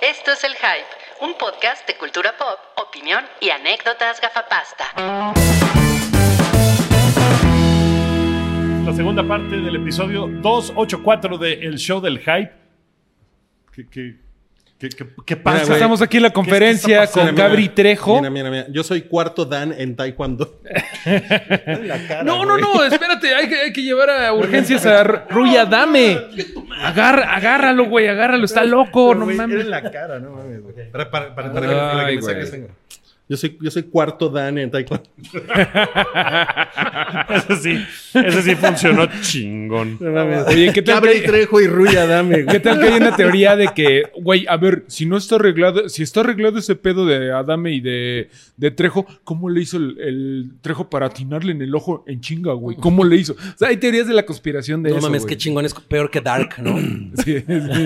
Esto es El Hype, un podcast de cultura pop, opinión y anécdotas gafapasta. La segunda parte del episodio 284 de El Show del Hype. ¿Qué, qué, qué, qué- qué pasa? Mira, güey. Estamos aquí en la conferencia está con pasando? Gabri Trejo. Mira, mira, mira. Yo soy cuarto Dan en Taekwondo. La cara, no, no, güey. no, espérate, hay que, hay que llevar a urgencias a R- Rui Adame. Agarra, agárralo, güey, agárralo, está loco, Pero, no güey, era mames. en la cara, no mames. güey. Oh, Para, para- para- para que- para que Ay, me saques, güey. venga. Yo soy, yo soy cuarto Dan en Taekwondo. Ese sí, ese sí funcionó chingón. Oye, ¿qué tal, Gabriel que, Trejo y Rui Adame, güey. qué tal que hay una teoría de que, güey, a ver, si no está arreglado, si está arreglado ese pedo de Adame y de, de Trejo, ¿cómo le hizo el, el Trejo para atinarle en el ojo en chinga, güey? ¿Cómo le hizo? O sea, hay teorías de la conspiración de No eso. mames, güey. qué chingón es peor que Dark, ¿no? Sí, sí.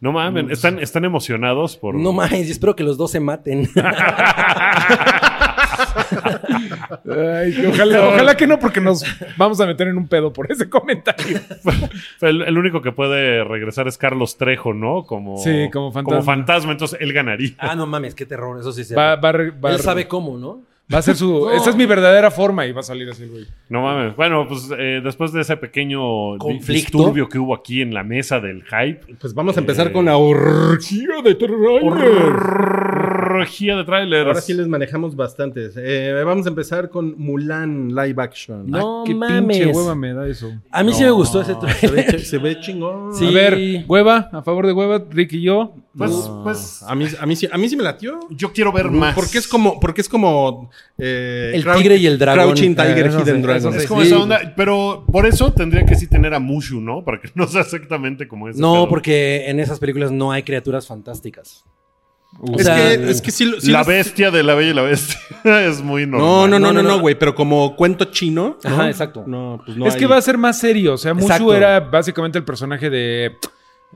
No mames, están, están emocionados por. no mames, yo espero que los dos se maten. Ay, que ojalá, ojalá que no, porque nos vamos a meter en un pedo por ese comentario. El, el único que puede regresar es Carlos Trejo, ¿no? Como, Sí, como fantasma. fantasma, entonces él ganaría. ah, no mames, qué terror, eso sí se Va, va, a re- va a Él re- sabe cómo, ¿no? va a ser su. No. Esa es mi verdadera forma y va a salir así el güey. No mames. Bueno, pues eh, después de ese pequeño di- Conflicto. disturbio que hubo aquí en la mesa del hype, Pues vamos a empezar con la orgía de terror. orgía de trailers. Ahora sí les manejamos bastantes. Eh, vamos a empezar con Mulan Live Action. No qué pinche mames. hueva me da eso. A mí sí me gustó ese Se ve, trailer. se ve chingón. Sí. A ver, hueva, a favor de hueva, Rick y yo. Pues, pues A mí, a, mí sí, a mí sí me latió. yo quiero ver más. Porque es como. Porque es como eh, El Crouch- tigre y el dragón. Crouching Tiger, Eh, eso Hidden sí, Dragon. eso Es sí. como esa onda, pero por eso tendría que sí tener a Mushu, ¿no? Para que no sea exactamente como ese. No, pedo. porque en esas películas no hay criaturas fantásticas. Uh. O Es, sea, que, es que sí, lo- sí la los- bestia de la bella y la bestia es muy No, normal. no, no, No, no, no, no, no. güey, pero como cuento chino. ¿no? Ajá, exacto. No, pues no. es que hay- va a ser más serio. O sea, Mushu Exacto. era básicamente el personaje de.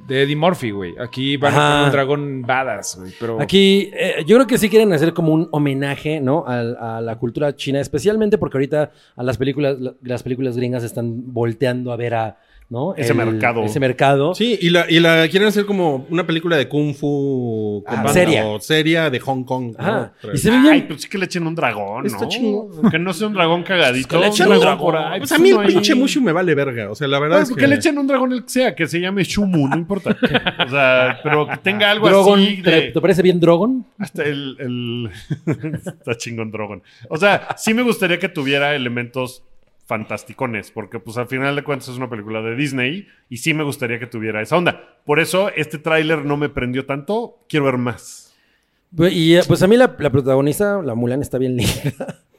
De Eddie Murphy, güey. Aquí van a Ajá. poner un dragón badass, güey. Pero. Aquí, eh, yo creo que sí quieren hacer como un homenaje, ¿no? Al- A, la cultura china, especialmente porque ahorita a las películas, la- las películas gringas están volteando a ver a, ¿no? Ese mercado. Ese mercado. Sí, y la, y la quieren hacer como una película de Kung Fu Ah, banda seria. o seria de Hong Kong. ¿no? Ajá. Otra Y vez. se ve Ay, bien. pues sí que le echen un dragón, Está ¿no? chingón. Que no sea un dragón cagadito. Que le un echen dragón un dragón. por ahí, Pues a mí el uno ahí. pinche Mushu me vale verga. O sea, la verdad Bueno, es pues que. que le echen un dragón el que sea, que se llame Shumu, no importa. O sea, pero que tenga algo Drogon, así ¿te, de... te parece bien Drogon? Hasta el, el- Está chingón Drogon. O sea, sí me gustaría que tuviera elementos fantasticones, porque pues al final de cuentas es una película de Disney y sí me gustaría que tuviera esa onda. Por eso este tráiler no me prendió tanto, quiero ver más. Y eh, pues a mí la, la protagonista, la Mulan, está bien linda.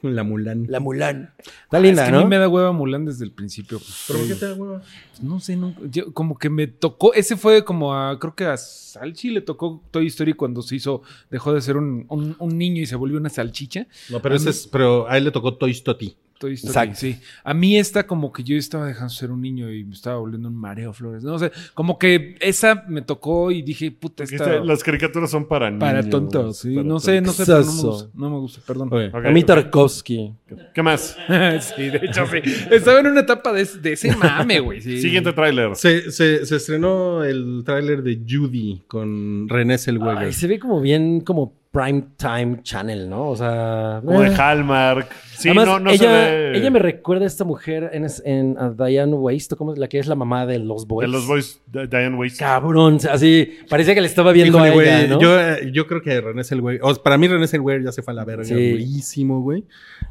La Mulan. La Mulan. Está linda, Ah, Es que a ¿no? mí me da hueva Mulan desde el principio. pues. ¿Pero por qué te da hueva? No sé, nunca- yo- como que me tocó. Ese fue como a. Creo que a Salchi le tocó Toy Story cuando se hizo. Dejó de ser un, un- un niño y se volvió una salchicha. No, pero, ese es, pero a él le tocó Toy Story. Toy Story, Exacto. sí. A mí esta, como que yo estaba dejando de ser un niño y me estaba volviendo un mareo flores. No sé, como que esa me tocó y dije, puta, Porque esta. este- las caricaturas son para niños. Para tontos, sí. para no sé, no tontos. sé, pero no me Exceso. gusta. No me gusta, perdón. Ok. A mí Tarkovsky. ¿Qué más? sí, de hecho, sí. Estaba en una etapa de, de ese mame, güey. sí. Siguiente tráiler. Se, se, se estrenó el tráiler de Judy con René Zellweger. Ay, se ve como bien como prime time channel, ¿no? O sea... Como de eh. Hallmark. Sí, Además, no, no ella, se ve. ella me recuerda a esta mujer en, es- en a Diane Waste, ¿cómo es? la que es la mamá de los boys. De los boys, de Diane Waste. Cabrón, así, parecía que le estaba viendo Híjole, a güey, ella, ¿no? yo, eh, yo creo que René Zellweger, o sea, para mí René Zellweger ya se fue a la verga, Sí. durísimo, güey.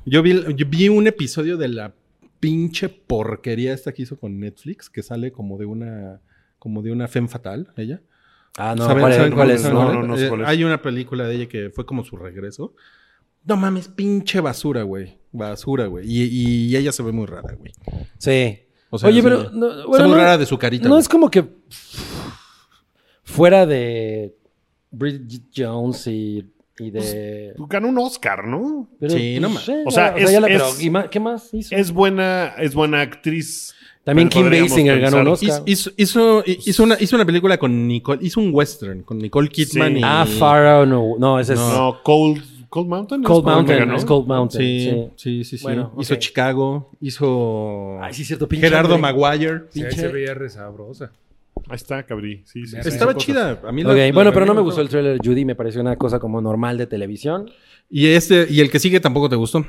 Yo vi, yo vi un episodio de la pinche porquería esta que hizo con Netflix, que sale como de una, como de una femme fatal, ella. Ah, no, ¿Saben- ¿cuál, saben cuál cómo- es? saben No, cuál no, no sé Eh, cuál es. Hay una película de ella que fue como su regreso. No mames, pinche basura, güey. Basura, güey. Y, y ella se ve muy rara, güey. Sí. O sea, Oye, sí, pero... no, bueno, se ve muy no- rara de su carita. No güey. es como que fuera de Bridget Jones y, y de. Ganó un Oscar, ¿no? Pues, pero, pues, sí, no sé, O sea, es- ya la- es- pero, ¿y ma- ¿Qué más hizo? Es buena, es buena actriz. También Pero Kim podríamos Basinger ganó un pensar- Oscar. Hizo, hizo, hizo- hizo una, hizo una película con Nicole, hizo un western con Nicole Kidman Sí. y... Ah, Farah, no. No, ese es No, Cold, Cold Mountain. Cold ¿Es por donde Mountain. ganó? Es Cold Mountain. Sí. Sí, sí, sí, sí. Bueno, hizo ok. Chicago, hizo Ay, sí, es cierto. pinche Gerardo hombre. Maguire. Sí, ahí Pinche- se veía resabrosa. Ahí está, cabrí. Sí, sí, sí. Estaba cosas. chida. A mí la- Ok, la- bueno, la- pero no me la- gustó el trailer Judy, me pareció una cosa como normal de televisión. Y, este, y el que sigue tampoco te gustó,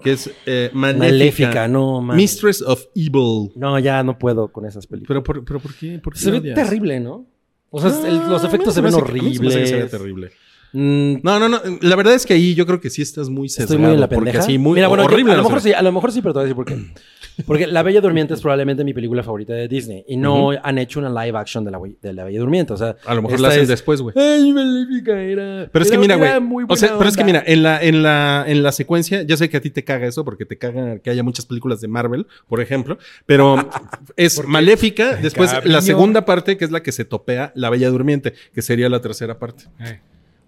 que es eh, Maléfica. Maléfica, no, man. Mistress of Evil. No, ya no puedo con esas películas. Pero por, pero ¿por qué? ¿Por qué se la ve odias? terrible, ¿no? O sea, No, el- los a mí efectos se se me ven hace que- a mí se me hace que se ve horribles. terrible. Mm, No, no, no. La verdad es que ahí yo creo que sí estás muy sesgado. Estoy muy en la porque pendeja. así muy Mira, bueno, yo- horrible. a, lo no se mejor ve. sí, a lo mejor sí, pero te voy a decir por qué. Porque La Bella Durmiente es probablemente mi película favorita de Disney. Y no han hecho una live action de La, Bue- de la Bella Durmiente. O sea, A lo mejor esta la haces es- después, güey. Ay, Maléfica era. Pero es que era- mira, güey. era muy O sea, buena pero es que onda. mira, en la, en la, en la secuencia, ya sé que a ti te caga eso, porque te caga que haya muchas películas de Marvel, por ejemplo, pero es maléfica. Después, la Cariño. segunda parte, que es la que se topea la Bella Durmiente, que sería la tercera parte.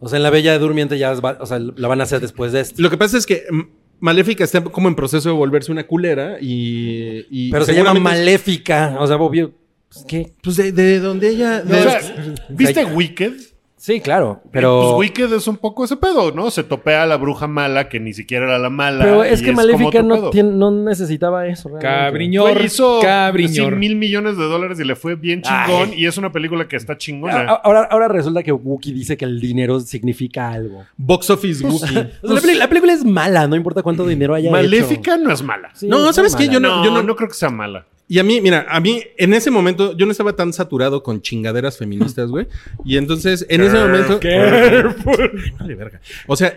O sea, en La Bella Durmiente ya es va- o sea, la van a hacer después de esto. Lo que pasa es que mm, Maléfica está como en proceso de volverse una culera y. y Pero se llama seguramente- Maléfica. O sea, obvio. pues, ¿Qué? Pues, Pues de, de donde ella. No, de- o sea, ¿Viste Wicked? Eh, Sí, claro. Pero. Pues Wicked es un poco ese pedo, ¿no? Se topea a la bruja mala que ni siquiera era la mala. pero es y que como Maléfica otro no, pedo. tiene- no necesitaba eso. realmente. Cabriñor. Güey, hizo cabriñor. 100 mil millones de dólares y le fue bien chingón. Y es una película que está A- chingona. a- Ahora, ahora resulta que Wookiee dice que el dinero significa algo. Box Office Wookiee. O sea, la, peli- la película, es mala, no importa cuánto dinero haya Maléfica no es mala. ah, hecho. Sí, Mm, No, es ¿sabes muy qué? Yo mala. No, yo no- no, creo que sea mala. Y a mí, mira, a mí en ese momento yo no estaba tan saturado con chingaderas feministas, güey. Y entonces, en ese momento. Vale, verga. O sea,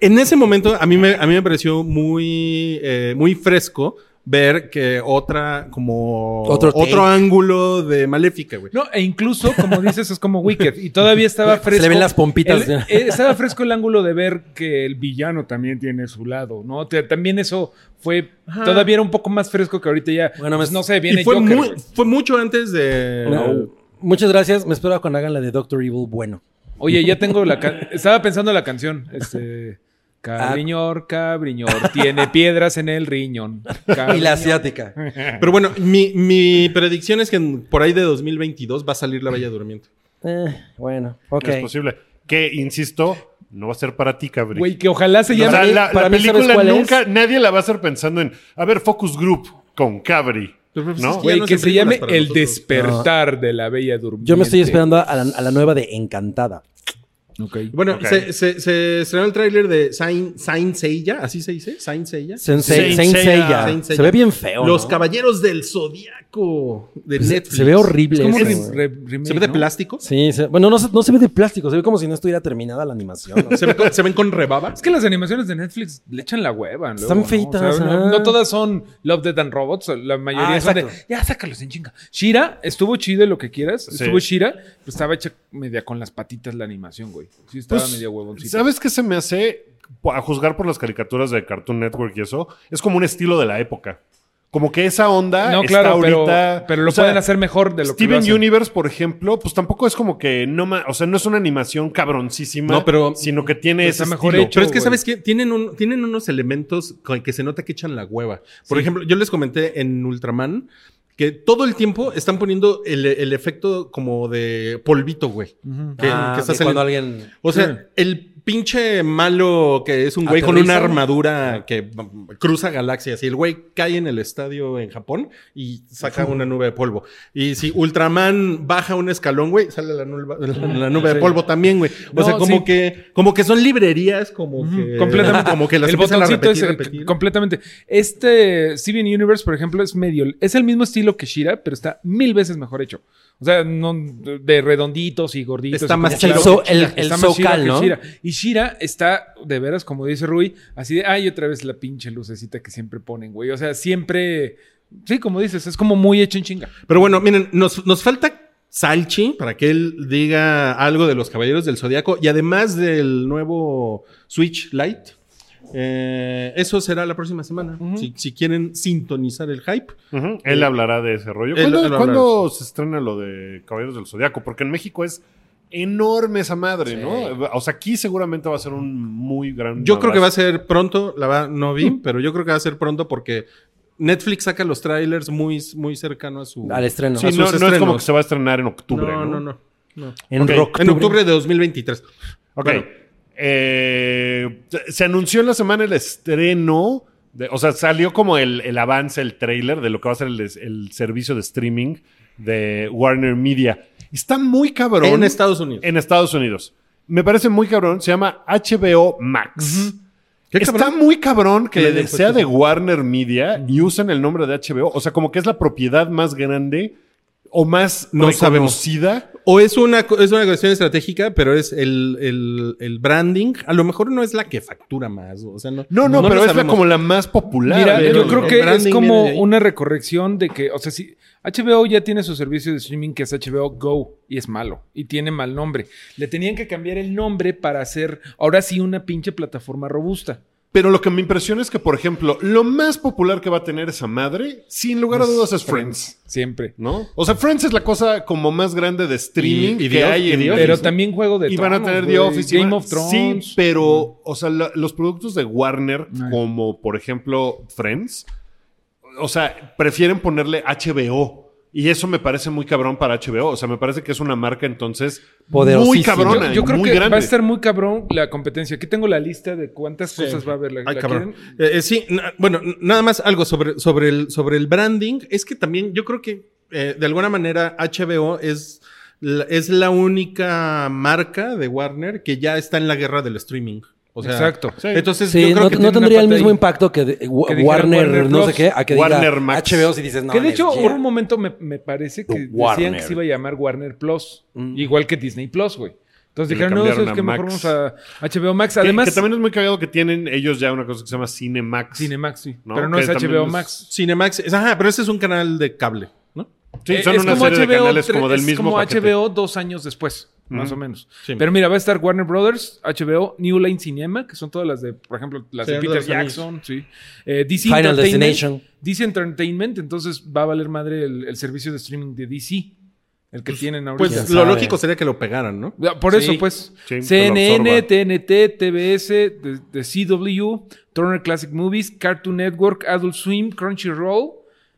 en ese momento a mí me, a mí me pareció muy, eh, muy fresco ver que otra, como. Otro take. ángulo de Maléfica, güey. No, e incluso, como dices, es como Wicked. Y todavía estaba Se le fresco. ven las pompitas. el- eh, estaba fresco el ángulo de ver que el villano también tiene su lado, ¿no? Te- también eso fue. Todavía era un poco más fresco que ahorita ya. Bueno, Bueno, me- no sé, viene Y fue, Joker, muy- güey. fue mucho antes de. No. Muchas gracias. Me espero cuando hagan la de Doctor Evil bueno. Oye, ya tengo la. ca- Estaba pensando la canción. Este. Cabriñor, cabriñor, tiene piedras en el riñón. Ah. Y la asiática. Pero bueno, mi, mi predicción es que en- por ahí de 2022 va a salir La Bella Durmiente. Eh, bueno, Pues ok. No es posible. Que, insisto, no va a ser para ti, cabrón. Güey, que ojalá se O sea, llame. mí- la, para la mí, ¿sabes película cuál es? nunca, nadie la va a hacer pensando en, a ver, Focus Group con Cabri. Pero, pues, ¿no? es que ya Güey, no que hacen se llame películas para El nosotros. despertar de la bella durmiente. Yo me estoy esperando a la, a la nueva de Encantada. Bueno, Ok. se, se, se estrenó el tráiler de Saint, Saint Seiya, ¿así se dice? Saint Seiya. Saint, Saint Saint Seiya. Seiya. Saint Seiya. Se ve bien feo. Los ¿no? Caballeros del Zodiaco de Se- Netflix. Se ve horrible. ¿Cómo eso, re- güey. re- remake, ¿Se ve de no? plástico? Sí, se- bueno, no se, no se ve de plástico. Se ve como si no estuviera terminada la animación. ¿no? ¿Se, ve con- se ven con rebaba? Es que las animaciones de Netflix le echan la hueva. luego, Están ¿no? feitas, O sea, no, ajá. no todas son Love, Dead and Robots. La mayoría Ah, son de, exacto. ya, sácalos en chinga. Shira, estuvo chido lo que quieras. Sí. Estuvo Shira, pues estaba hecha media con las patitas la animación, güey. Sí, estaba Pues, media huevoncita. ¿Sabes qué se me hace? A juzgar por las caricaturas de Cartoon Network y eso, es como un estilo de la época. Como que esa onda No, está claro, ahorita. pero, pero lo o sea, pueden hacer mejor de lo que lo Steven hacen. Universe, por ejemplo, pues tampoco es como que no, ma- o sea, no es una animación cabroncísima, No, pero- sino que tiene pero ese está mejor estilo. hecho. Pero es que, güey. ¿sabes qué? Tienen, un, tienen unos elementos con que se nota que echan la hueva. Por ejemplo, yo les comenté en Ultraman que todo el tiempo están poniendo el, el efecto como de polvito, güey. Ujú. Que, Ah, que está de saliendo. cuando alguien. O sea, el pinche malo que es un güey con Aterriza. una armadura que mm, cruza galaxias y el güey cae en el estadio en Japón y saca una nube de polvo. Y si Ultraman baja un escalón, güey, sale la, nulva- la- la nube de polvo también, güey. O No, sea, como sí. que como que son librerías como que completamente como que las el empiezan a botoncito repetir, es el- repetir. completamente este Steven Universe por ejemplo es medio es el mismo estilo que Shira pero está mil veces mejor hecho o sea no de redonditos y gorditos Está y más cosas chilo así. So- el- el Está más chilo SoCal, que ¿no? Shira. y Shira está de veras como dice Rui así de ay otra vez la pinche lucecita que siempre ponen güey o sea siempre sí como dices es como muy hecho en chinga Pero bueno, miren, nos, nos falta Salchi para que él diga algo de los Caballeros del Zodiaco y además del nuevo Switch Lite. Eh, eso será la próxima semana. si, si quieren sintonizar el hype. Ujú, Él hablará de ese rollo. Eh, Él- ¿Cuándo, él va a cuándo hablar se estrena lo de Caballeros del Zodiaco? Porque en México es enorme esa madre, ¿no? O sea, aquí seguramente va a ser un muy gran. Yo creo que va a madrazo. ser pronto, la va, no vi, pero yo creo que va a ser pronto porque Netflix saca los trailers muy, muy cercano a su. Al estreno. Sí, a no, sus no es estrenos. como que se va a estrenar en octubre. no, No, no, no. En Ok. rock. En octubre de 2023. Ok. Bueno. Eh, se anunció en la semana el estreno. de- o sea, salió como el, el avance, el trailer de lo que va a ser el, el servicio de streaming de Warner Media. Está muy cabrón. En Estados Unidos. En Estados Unidos. Me parece muy cabrón. Se llama HBO Max. ¿Qué Está cabrón? muy cabrón que Que le le den sea puesto. de Warner Media y usen el nombre de HBO. O sea, como que es la propiedad más grande o más No sabemos. reconocida. O es una, co- es una cuestión estratégica, pero es el, el- el branding. A lo mejor no es la que factura más. O sea, no, No, no, lo pero es la- sabemos. como la más popular. Mira, de- pero yo el- creo el que es branding como viene de ahí. una recorrección de que, o sea, si HBO ya tiene su servicio de streaming que es HBO Go y es malo y tiene mal nombre. Le tenían que cambiar el nombre para hacer ahora sí una pinche plataforma robusta. Pero lo que me impresiona es que, por ejemplo, lo más popular que va a tener esa madre, sin lugar a dudas, es Friends. Siempre. ¿No? O sea, Friends es la cosa como más grande de streaming Y- que y The hay Office, en y The Office. Pero también juego de y van a Tronos, tener güey, The Office. y Game van- of Thrones. Sí, pero, o sea, la- los productos de Warner, Ay. como por ejemplo Friends, o sea, prefieren ponerle HBO. Y eso me parece muy cabrón para HBO. O sea, me parece que es una marca entonces muy Poderosísima. cabrona. Yo, y yo creo muy que grande. va a estar muy cabrón la competencia. Aquí tengo la lista de cuántas Sí. cosas va a haber. ¿La, Ay, la cabrón. quieren? Eh, eh, sí, na- bueno, n- nada más algo sobre, sobre, el, sobre el branding. Es que también yo creo que eh, de alguna manera HBO es la, es la única marca de Warner que ya está en la guerra del streaming. O sea, Exacto. Sí. Entonces, Sí, yo creo no, que no tiene una tendría el pata mismo ahí. impacto que, de- Wa- dijera Warner, Warner no Plus, sé qué, a que Warner diga Max. HBO si dices no. que de hecho, yeah. por un momento me, me parece que The decían Warner. que se iba a llamar Warner Plus, Mm. igual que Disney Plus, güey. Entonces Y le dijeron, no, eso cambiaron es a que mejor Max. vamos a HBO Max. Que- Además, que, también es muy cagado que tienen ellos ya una cosa que se llama Cinemax. Cinemax, sí. No, pero no que es también HBO es- Max. Cinemax, es- ajá, pero ese es un canal de cable, ¿no? Sí, Eh, son es una como serie de HBO canales tres- como del es mismo como paquete. HBO dos años después, más Ujú. o menos. Sí. Pero mira, va a estar Warner Brothers, HBO, New Line Cinema, que son todas las de, por ejemplo, las de Señor de Peter los Anillos. Jackson, sí. Eh, DC Final Entertainment. Destination. DC Entertainment, entonces va a valer madre el, el servicio de streaming de DC, el que tienen ahorita. Pues quién lo sabe. lógico sería que lo pegaran, ¿no? Ya, Por eso, Sí. pues. Sí, CNN, que TNT, TBS, de, de CW, Turner Classic Movies, Cartoon Network, Adult Swim, Crunchyroll,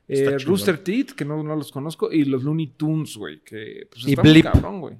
eh, Está chingón. Rooster Teeth, que no, no los conozco, y los Looney Tunes, güey. Que pues, Y está muy Blip. cabrón, güey.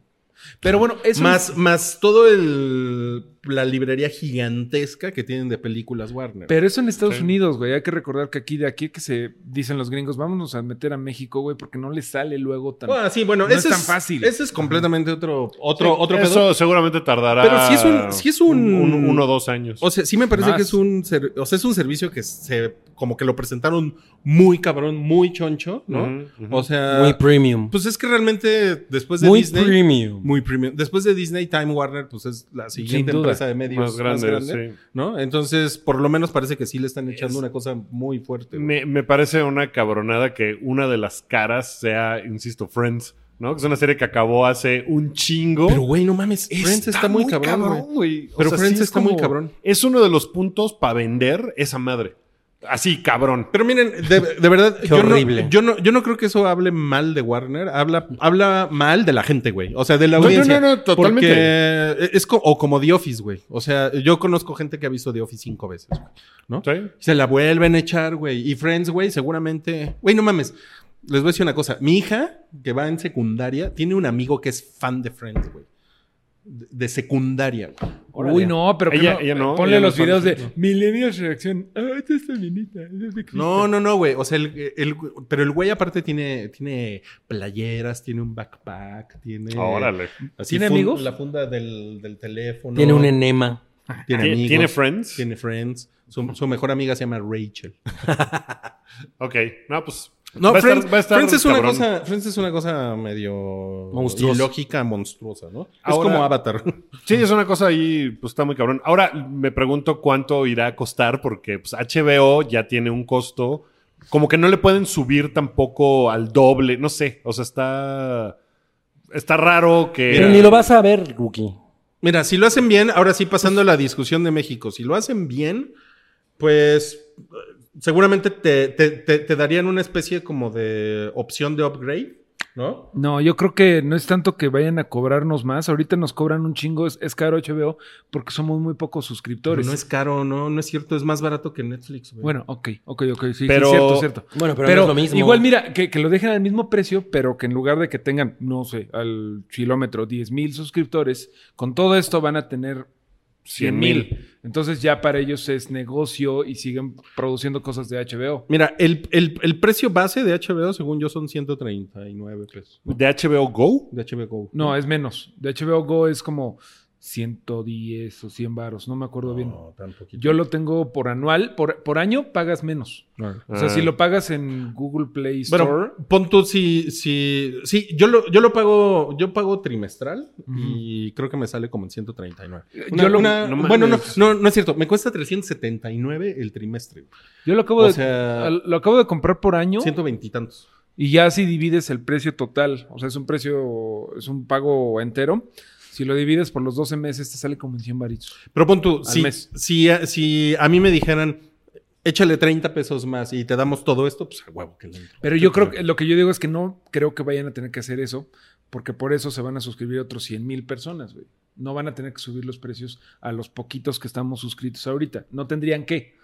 Pero bueno, eso Más, más todo el la librería gigantesca que tienen de películas Warner. Pero eso en Estados Sí. Unidos, güey. Hay que recordar que aquí de aquí que se dicen los gringos, vámonos a meter a México, güey, porque no les sale luego tan. Ah, sí, bueno, No ese es tan fácil. Ese es completamente otro, otro, otro Eso pedo. seguramente tardará. Pero sí es un- sí es un- uno o dos años. O sea, sí me parece Más. que es un, ser- o sea, es un servicio que se como que lo presentaron muy cabrón, muy choncho, ¿no? Ujú, ujú. O sea, Muy premium. pues es que realmente después de muy Disney premium. muy premium. Después de Disney Time Warner pues es la siguiente duda. empresa de medios Más más grande, grande, sí. ¿no? Entonces, por lo menos parece que sí le están echando una cosa muy fuerte. güey. me, me parece una cabronada que una de las caras sea, insisto, Friends, ¿no? Que es una serie que acabó hace un chingo. Pero güey, no mames, Friends está muy cabrón, güey. güey. O Pero sea, Friends sí es está muy como- cabrón. Es uno de los puntos para vender esa madre. Así, cabrón. Pero miren, de, de verdad, Qué yo, no, horrible. yo, no, yo no creo que eso hable mal de Warner, habla, habla mal de la gente, güey. O sea, de la No, no, audiencia. no, no, totalmente. Porque es co- o como The Office, güey. O sea, yo conozco gente que ha visto The Office cinco veces, güey, ¿no? ¿Sí? Se la vuelven a echar, güey. Y Friends, güey, seguramente. Güey, no mames. Les voy a decir una cosa. Mi hija, que va en secundaria, tiene un amigo que es fan de Friends, güey. De, de secundaria, güey. Uy, no, pero que Ella- ella no, Ponle ella no los es videos fan de de Millennials Reacción. Ah, esta es feminita. esta es de No, Cristo". no, no, güey. O sea, el, el- pero el güey aparte tiene, tiene playeras, tiene un backpack, tiene. Órale. así ¿Tiene fun- amigos? La funda del, del teléfono. Tiene un enema. ¿Tiene- Tiene amigos. tiene Friends? Tiene friends. Su, su mejor amiga se llama Rachel. Ok. No, pues. No, va a estar- Friends, va a estar Friends es una cabrón. cosa, Friends es una cosa medio Monstruosa. ilógica, monstruosa, ¿no? Ahora- es como Avatar. Sí, es una cosa ahí, pues está muy cabrón. Ahora me pregunto cuánto irá a costar, porque pues, HBO ya tiene un costo. Como que no le pueden subir tampoco al doble, no sé. O sea, está. Está raro que. Pero ni lo vas a ver, Rookie. Mira, si lo hacen bien, ahora sí pasando a la discusión de México, si lo hacen bien, pues eh, seguramente te, te- te- te darían una especie como de opción de upgrade, ¿no? No, yo creo que no es tanto que vayan a cobrarnos más. Ahorita nos cobran un chingo. Es, es caro HBO porque somos muy pocos Pero suscriptores. no es caro, no, no es cierto, es más barato que Netflix. güey. Bueno, ok, ok, ok. Sí, sí, Pero- cierto, cierto. Bueno, pero, Pero, no es lo mismo. igual, mira, que, que lo dejen al mismo precio, pero que en lugar de que tengan, no sé, al kilómetro 10 mil suscriptores, con todo esto van a tener 100 mil. Entonces ya para ellos es negocio y siguen produciendo cosas de HBO. Mira, el, el- el precio base de HBO, según yo, son 139 pesos. ¿De HBO Go? De HBO Go. No, es menos. De HBO Go es como 110 o 100 varos, no me acuerdo bien. No, tan poquito. Yo lo tengo por anual, por, por año pagas menos. Claro. O sea, Ah. si lo pagas en Google Play Store, Bueno, pon tú si, si, sí, yo lo, yo lo pago, yo pago trimestral y creo que me sale como en 139. Una- Yo lo- una- no bueno, no, mames. no, no es cierto, me cuesta 379 el trimestre. yo lo acabo, O de, sea, al- lo acabo de comprar por año 120 y tantos. y ya si divides el precio total, o sea, es un precio, es un pago entero. Si lo divides por los 12 meses, te sale como en 100 varitos. Pero pon tú, Al si, mes. si, a- si a mí me dijeran, échale 30 pesos más y te damos todo esto, pues a huevo que le entro. Pero yo creo que lo que yo digo es que no creo que vayan a tener que hacer eso, porque por eso se van a suscribir otros 100 mil personas, güey. No van a tener que subir los precios a los poquitos que estamos suscritos ahorita. No tendrían que.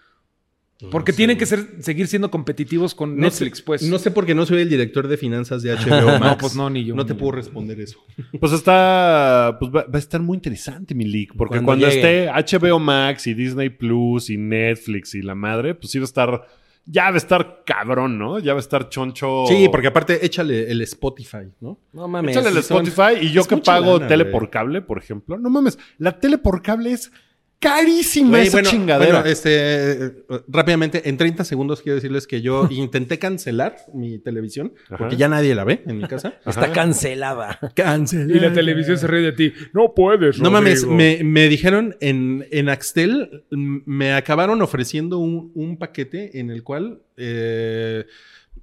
Porque tienen que ser, seguir siendo competitivos con No sé- Netflix, pues. No sé por qué no soy el director de finanzas de HBO Max. No, pues no, ni yo. No te ni- puedo responder eso. Pues está. Pues va, va a estar muy interesante, mi leak. Porque Cuando cuando, llegue. esté HBO Max y Disney Plus y Netflix y la madre, pues sí va a estar. Ya va a estar cabrón, ¿no? Ya va a estar choncho. Sí, porque aparte échale el Spotify, ¿no? No mames. Échale el sí son- Spotify y yo es que mucha pago lana, tele güey. por cable, por ejemplo. No mames, la tele por cable es carísima Güey, esa chingadera. bueno, este, eh, rápidamente, en 30 segundos quiero decirles que yo intenté cancelar mi televisión Ajá. porque ya nadie la ve en mi casa. Está cancelada. Y Cancelar. la televisión se ríe de ti. No puedes. No mames, Rodrigo. me, me dijeron en, en Axtel, m- me acabaron ofreciendo un, un paquete en el cual eh,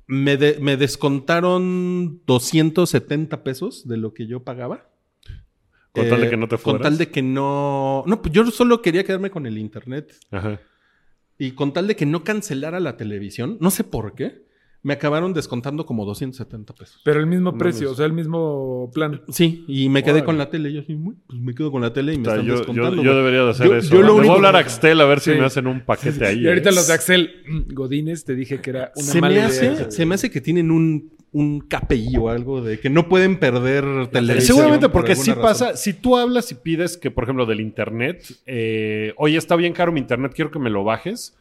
me, de- me descontaron 270 pesos de lo que yo pagaba. Con Eh, tal de que no te Con fueras. tal de que no... No, pues yo solo quería quedarme con el internet. Ajá. Y con tal de que no cancelara la televisión, no sé por qué, me acabaron descontando como 270 pesos. Pero el mismo No precio, mames. o sea, el mismo plan. Sí, y me quedé Órale. con la tele. Yo así, "Uy, pues me quedo con la tele y me O sea, están yo, descontando. yo- yo güey". debería de hacer Yo- eso. yo lo Le voy único a hablar que- a Axtel a ver si Sí. me hacen un paquete ahí. Y ahorita ¿eh? los de Axel mm, Godínez te dije que era una se mala me idea. hace, se me hace que tienen un, un KPI o algo de que no pueden perder televisión. Seguramente por porque alguna sí razón. pasa, si tú hablas y pides que, por ejemplo, del internet, eh, oye, está bien caro mi internet, quiero que me lo bajes.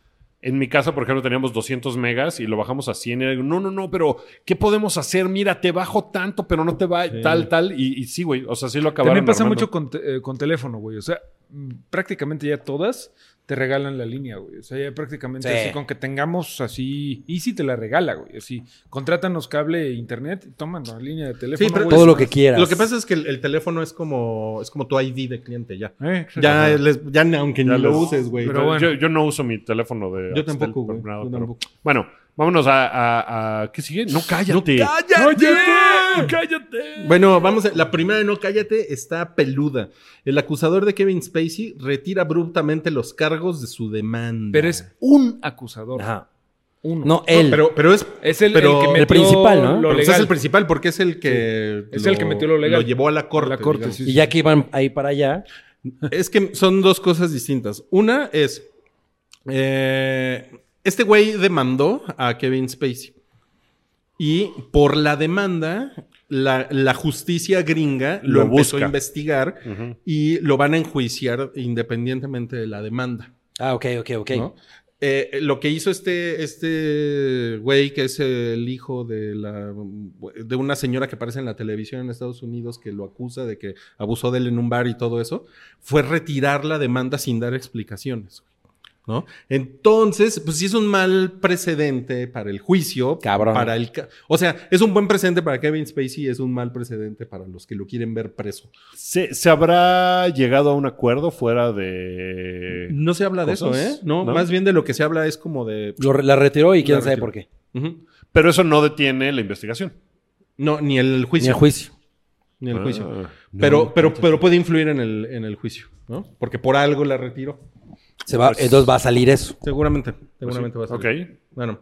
En mi casa, por ejemplo, teníamos 200 megas y lo bajamos a 100. Y era, no, no, no, pero ¿qué podemos hacer? Mira, te bajo tanto, pero no te va tal, tal. Y, y sí, güey, o sea, sí lo acabaron. También pasa armando. mucho con, te- eh, con teléfono, güey. O sea, mm, prácticamente ya todas te regalan la línea, güey. O sea, ya prácticamente Sí. así, con que tengamos así. Y si te la regala, güey. Así, contrátanos cable e internet, y toman la línea de teléfono. pero- güey. Todo lo que quieras. Lo que pasa es que el, el teléfono es como, es como tu ID de cliente ya. Eh, exacto. Ya, les- ya ni- aunque Ya ni lo les- uses, güey. pero bueno. yo, yo no uso mi teléfono de. Yo Axtel tampoco, por güey, nada, yo pero- tampoco. Bueno, vámonos a. a- a- ¿Qué sigue? No, cállate. ¡Cállate! ¡Cállate! Bueno, vamos. a- la primera de No Cállate está peluda. El acusador de Kevin Spacey retira abruptamente los cargos de su demanda. Pero es un acusador. Ajá. Uno. No, él. Pero, pero es. Es el, Pero- el que El metió principal, ¿no? lo pero, pues, legal. es el principal porque es el que. Sí. Es el que metió lo legal. Lo llevó a la corte. La corte, digamos. sí. y ya que iban ahí para allá, Es que son dos cosas distintas. Una es. eh, este güey demandó a Kevin Spacey. Y por la demanda, la, la justicia gringa lo, Lo empezó busca. a investigar Ujú. y lo van a enjuiciar independientemente de la demanda. Ah, ok, ok, ok. ¿no? Eh, lo que hizo este, este güey, que es el hijo de, la, de una señora que aparece en la televisión en Estados Unidos que lo acusa de que abusó de él en un bar y todo eso, fue retirar la demanda sin dar explicaciones. ¿no? Entonces, pues sí es un mal precedente para el juicio. Cabrón. Para el ca- o sea, es un buen precedente para Kevin Spacey y es un mal precedente para los que lo quieren ver preso. ¿Se, se habrá llegado a un acuerdo fuera de. No se habla de cosas, eso, ¿eh? No, ¿no? más bien de lo que se habla es como de... Lo re- la retiró y quién La sabe retiró. por qué. Ujú. Pero eso no detiene la investigación. No, ni el Ni juicio. el juicio. ni el Ah, juicio. no, Pues pero, no, pero, pero puede influir en el, en el juicio, ¿no? Porque por algo la retiró. Se va, Pues- entonces va a salir eso. Seguramente, pues sí. seguramente va a salir. Ok. Bueno,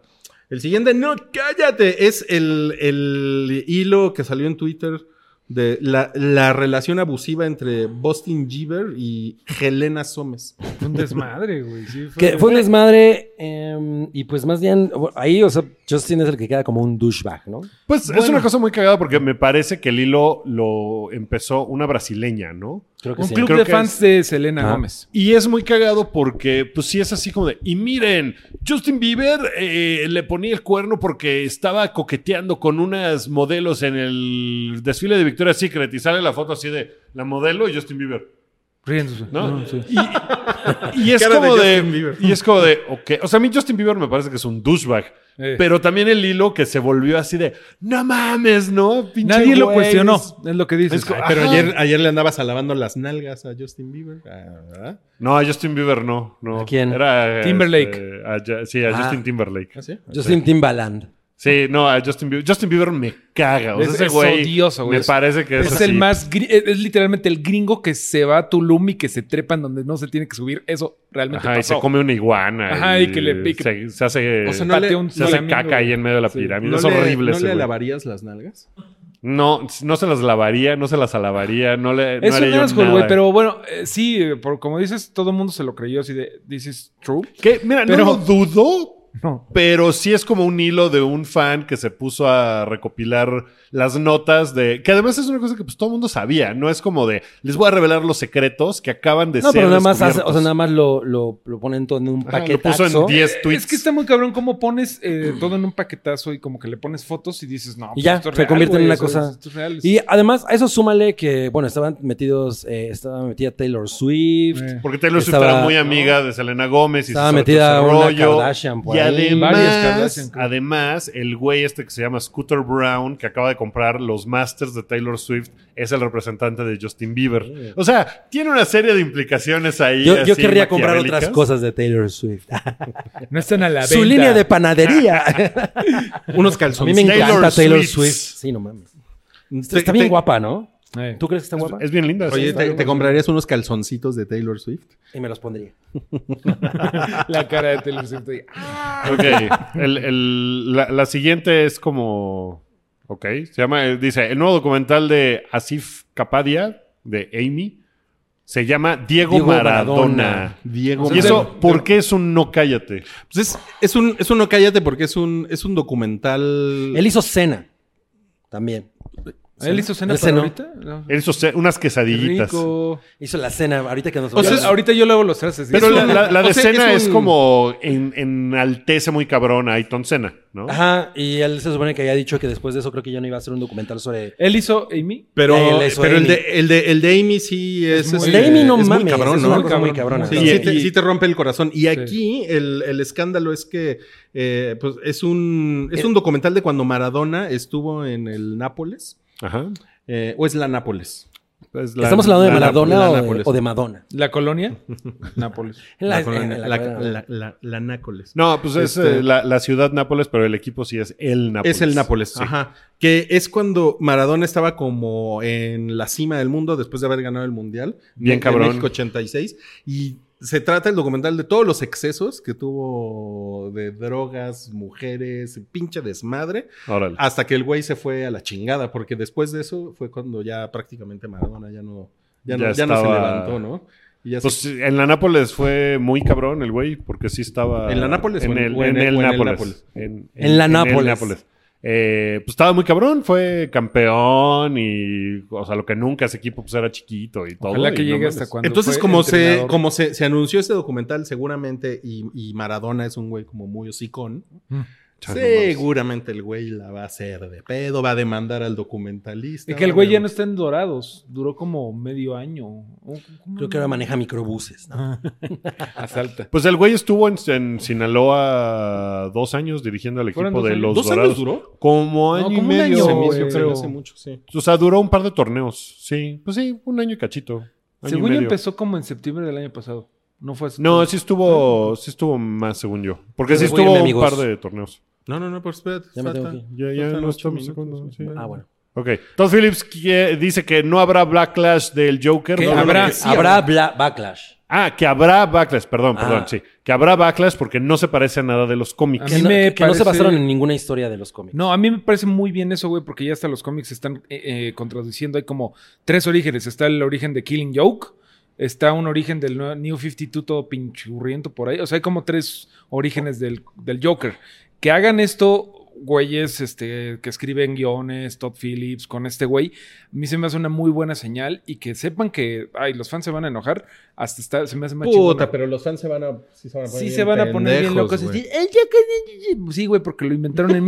el siguiente, no, cállate, es el, el hilo que salió en Twitter de la, la relación abusiva entre Boston Giver y Helena Somes. Fue un desmadre, güey. Sí, Que fue un desmadre eh, y pues más bien bueno, ahí, o sea, Justin es el que queda como un douchebag, ¿no? Pues es una cosa muy cagada porque me parece que el hilo lo empezó una brasileña, ¿no? Creo que Un sí. club Creo de que fans es- de Selena Ah. Gómez. Y es muy cagado porque, pues sí es así como de, y miren, Justin Bieber eh, le ponía el cuerno porque estaba coqueteando con unas modelos en el desfile de Victoria's Secret y sale la foto así de la modelo y Justin Bieber. Riéndose. ¿no? No, Ah, sí. Y, y es Cara de como de, Justin Bieber. y es como de, ok, o sea, a mí Justin Bieber me parece que es un douchebag. Eh. Pero también el hilo que se volvió así de, no mames, ¿no? Pinche Nadie lo güey". cuestionó, es lo que dices. Ah, Es co- Ay, Pero Ajá. ayer, ayer le andabas alabando las nalgas a Justin Bieber. Ah, ¿verdad? No, a Justin Bieber no. no. ¿A quién? Era, eh, Timberlake. este, a Ju- sí, a Ah. Justin Timberlake. ¿Ah, sí? Justin Timbaland. Sí, no, a Justin Bieber. Justin Bieber me caga. O sea, Es- ese es güey. odioso, güey. Me parece que es, es así. el más, gri- es es literalmente el gringo que se va a Tulum y que se trepa en donde no se tiene que subir. Eso realmente Ajá, y pasó. se come una iguana. Ajá, y que le- y que- Se, se hace. O sea, no Patea le- un se hace flamingo, caca ahí en medio de la pirámide. es le- horrible ¿No ese le güey. alabarías las nalgas? No, no se las lavaría, no se las alabaría, no le. no Es haría un yo asco, güey, nada. pero bueno, eh, sí, eh, por, como dices, todo el mundo se lo creyó así de, this is true. Que, mira, Pero- no lo dudo, No. pero sí es como un hilo de un fan que se puso a recopilar las notas de. Que además es una cosa que pues todo el mundo sabía. No es como de les voy a revelar los secretos que acaban de No, ser. pero nada más, hace- descubiertos". o sea, nada más lo, lo, lo ponen todo en un Ajá, Ah, lo paquetazo. puso en 10 tweets. Es que está muy cabrón cómo pones eh, todo en un paquetazo y como que le pones fotos y dices, no, pues Y ya, esto es se convierte en güey, una o sea, cosa- esto es real, es- Y además, a eso súmale que, bueno, estaban metidos, eh, estaba metida Taylor Swift. Eh. Porque Taylor Swift Estaba- era muy amiga de Selena Gómez y Estaba se soltó metida ese una Kardashian por y ahí. Varias además, Kardashian, creo. además, el güey este que se llama Scooter Brown, que acaba de comprar los Masters de Taylor Swift, es el representante de Justin Bieber. O sea, tiene una serie de implicaciones ahí. Yo, yo así, querría comprar maquiavélicas. otras cosas de Taylor Swift. no están a la venta. Eh, Su línea de panadería. a Unos mí calzones. me Taylor encanta Taylor Swift. Swift. Sí, no mames. Está bien guapa, ¿no? Eh. ¿Tú crees que está guapa? Es bien linda. Oye, sí. ¿te, te comprarías unos calzoncitos de Taylor Swift? Y me los pondría. La cara de Taylor Swift. "Ah, ahí. Ok. El- el- la, la siguiente es como. Ok. Se llama. eh, Dice: el nuevo documental de Asif Kapadia, de Amy, se llama Diego, Diego Maradona. Maradona. Diego. Y eso, Maradona. ¿por qué es un no cállate? Pues es, es un, es un no cállate porque es un, es un documental. Él hizo cena. También. ¿Él hizo cena Él para cenó. ahorita? No. Él hizo ce- unas quesadillitas. Rico. Hizo la cena ahorita que O nos sea, volvemos. es- ahorita yo le hago los frases. Pero digo, la, la- la O de sea, cena es es, un- como en, en alteza muy cabrona, Ayton Cena, ¿no? Ajá, y él se supone que había dicho que después de eso creo que ya no iba a hacer un documental sobre... Él hizo Amy. Pero, Él hizo pero el, Amy. de, el, de, el de Amy sí es. muy- El este, de Amy no es muy mames, cabrón, es ¿no? una Muy cosa muy cabrón. cabrona. Sí, ¿no? Y- sí te, y- sí te rompe el corazón. Y aquí el, el escándalo es que eh, pues es, un, Eh. es un documental de cuando Maradona estuvo en el Nápoles. Ajá. eh, o es la Nápoles. Es la- ¿Estamos hablando de la- Maradona la o, de- Nápoles. o de Madonna? La colonia. Nápoles. En la- colonia- en la- la- la- la- la Nácoles. No, pues es Este- eh, la, la ciudad Nápoles, pero el equipo sí es el Nápoles. Es el Nápoles. Sí. Ajá. Que es cuando Maradona estaba como en la cima del mundo después de haber ganado el Mundial. Bien en- cabrón. En México 86. Y se trata el documental de todos los excesos que tuvo de drogas, mujeres, pinche desmadre. Órale. Hasta que el güey se fue a la chingada. Porque después de eso fue cuando ya prácticamente Maradona ya no, ya no, Ya ya no se estaba- levantó, ¿no? Y ya se- Pues en la Nápoles fue muy cabrón el güey, porque sí estaba. ¿En la Nápoles En o en- el, o en en- el o en el Nápoles. Nápoles? En, En la Nápoles. Eh, pues estaba muy cabrón, fue campeón y, o sea, lo que nunca ese equipo pues era chiquito y todo. Ojalá que y no llegue mames. hasta cuando. Entonces, fue como, se, entrenador. como se, se anunció este documental, seguramente, y, y Maradona es un güey como muy hocicón, Mm. Chale, no mames. seguramente el güey la va a hacer de pedo, va a demandar al documentalista. Y que el güey va a ya no está en Dorados. Duró como medio año. O- ¿cómo? Creo que ahora maneja microbuses. ¿no? Asalta. Pues el güey estuvo en, en Sinaloa dos años dirigiendo al equipo ¿Fueron dos de años? los ¿Dos Dorados. años duró? Como año No, y como un medio. año, Se me hizo- güey, se me creo. hace mucho, sí. O sea, duró un par de torneos. Sí, pues sí, un año y cachito. Año y Según yo medio. empezó como en septiembre del año pasado. No fue así. No, sí estuvo, sí estuvo más, según yo. Porque sí Me voy a irme, estuvo un amigos. par de torneos. No, no, no, pero espérate. Ya me tengo faltan- que Ya, ya faltan no ocho estamos minutos, con- sí. güey. Ah, bueno. Ok. Todd Phillips que- dice que no habrá backlash del Joker. Que No, no, habrá. no, que- Sí, Habrá bla- backlash. Ah, que habrá backlash, perdón, Ah. perdón, sí. Que habrá backlash porque no se parece a nada de los A cómics. mí que no, me que- que no se parece- basaron en ninguna historia de los cómics. No, a mí me parece muy bien eso, güey, porque ya hasta los cómics se están eh, eh, contradiciendo. Hay como tres orígenes. Está el origen de Killing Joke, está un origen del nue- New 52 todo pinchurriento por ahí. O sea, hay como tres orígenes del, del Joker. Que hagan esto güeyes este, que escriben guiones, Todd Phillips, con este güey, a mí se me hace una muy buena señal y que sepan que, ay, los fans se van a enojar, hasta está, se me hace más Puta, chingona. pero los fans se van a. Sí, se van a poner, Sí bien se van a poner bien pendejos, locos. güey. así, "El Jack-" Sí, güey, porque lo inventaron en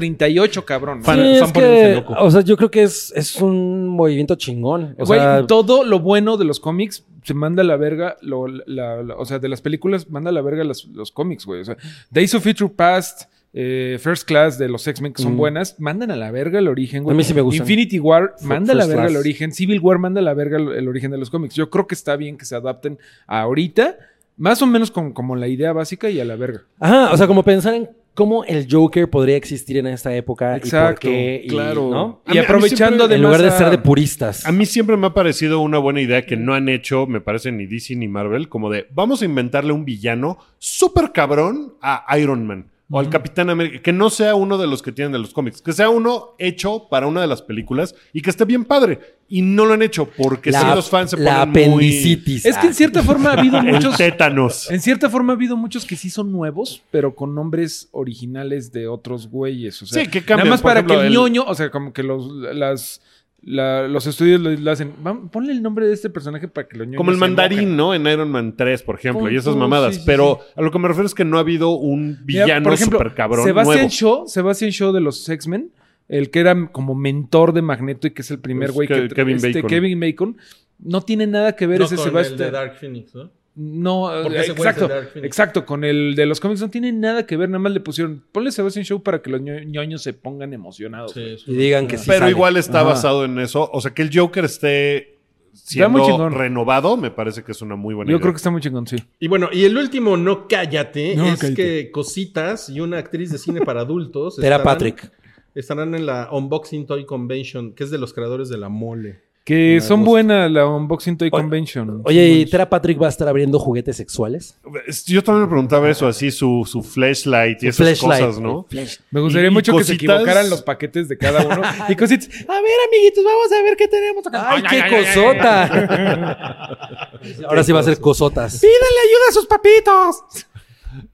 1938, cabrón. ¿no? Fan- Sí, fan es poniéndose que, loco. o sea, yo creo que es, es un movimiento chingón. O Güey, sea, todo lo bueno de los cómics se manda a la verga, lo- la- la- o sea, de las películas manda a la verga las- los cómics, güey. O sea, Days of Future Past, eh, First Class de los X-Men que son Mm. buenas, mandan a la verga el origen, güey. A mí sí me gustan. Infinity War Fu- manda a la First verga el Class. origen, Civil War manda a la verga el, el origen de los cómics. Yo creo que está bien que se adapten a ahorita, más o menos con, como la idea básica y a la verga. ajá, o sea, como pensar en cómo el Joker podría existir en esta época y por Exacto, qué. y- claro. ¿no? A Y mí- a mí aprovechando siempre- En de lugar de ser de puristas. A mí siempre me ha parecido una buena idea que no han hecho, me parece, ni DC ni Marvel, como de vamos a inventarle un villano súper cabrón a Iron Man o al Capitán América, que no sea uno de los que tienen de los cómics, que sea uno hecho para una de las películas y que esté bien padre. Y no lo han hecho porque sí los fans se la ponen muy... apendicitis. Es que en cierta forma ha habido El muchos tétanos. En cierta forma ha habido muchos que sí son nuevos, pero con nombres originales de otros güeyes. O sea, Sí, que cambian, Nada más por para ejemplo, que el el- ñoño, o sea, como que los, las, la- los estudios le, le hacen, "Vam- ponle el nombre de este personaje para que los ñoños Como el se mandarín, enojen". ¿no? En Iron Man 3, por ejemplo, y esas Punto, mamadas. sí, sí, Pero a lo que me refiero es que no ha habido un Mira, villano por ejemplo, súper cabrón Sebastian nuevo. Shaw, Sebastian Shaw de los X-Men, el que era como mentor de Magneto y que es el primer Es güey que, que- Pues Kevin este, Bacon. Kevin Bacon, no tiene nada que ver No ese con Sebastian. el de Dark Phoenix, ¿no? No, Porque ese güey es exacto, el Dark Phoenix. exacto, con el de los cómics no tiene nada que ver, nada más le pusieron, ponle Sebastian Show para que los ño- ñoños se pongan emocionados. güey. Sí, sí. Y digan que sí. Pero sale. igual está Ajá. basado en eso. O sea, que el Joker esté muy siendo chingón. renovado, me parece que es una muy buena Yo idea. creo que está muy chingón, sí. Y bueno, y el último no cállate No, es cállate. que Cositas y una actriz de cine para adultos Era estarán- Patrick. estarán en la Unboxing Toy Convention, que es de los creadores de la mole. Que Me son gusta. buenas la Unboxing Toy Oye- Convention. Oye, Son ¿y buenas. Tera Patrick va a estar abriendo juguetes sexuales? Es- Yo también me preguntaba eso, así su, su flashlight y esas cosas, ¿no? Flash- me gustaría y- y mucho que se cositas- equivocaran los paquetes de cada uno. y cositas, a ver, amiguitos, vamos a ver qué tenemos acá. ¡Ay, qué cosota! Ahora sí va a ser cosotas. Pídanle ayuda a sus papitos.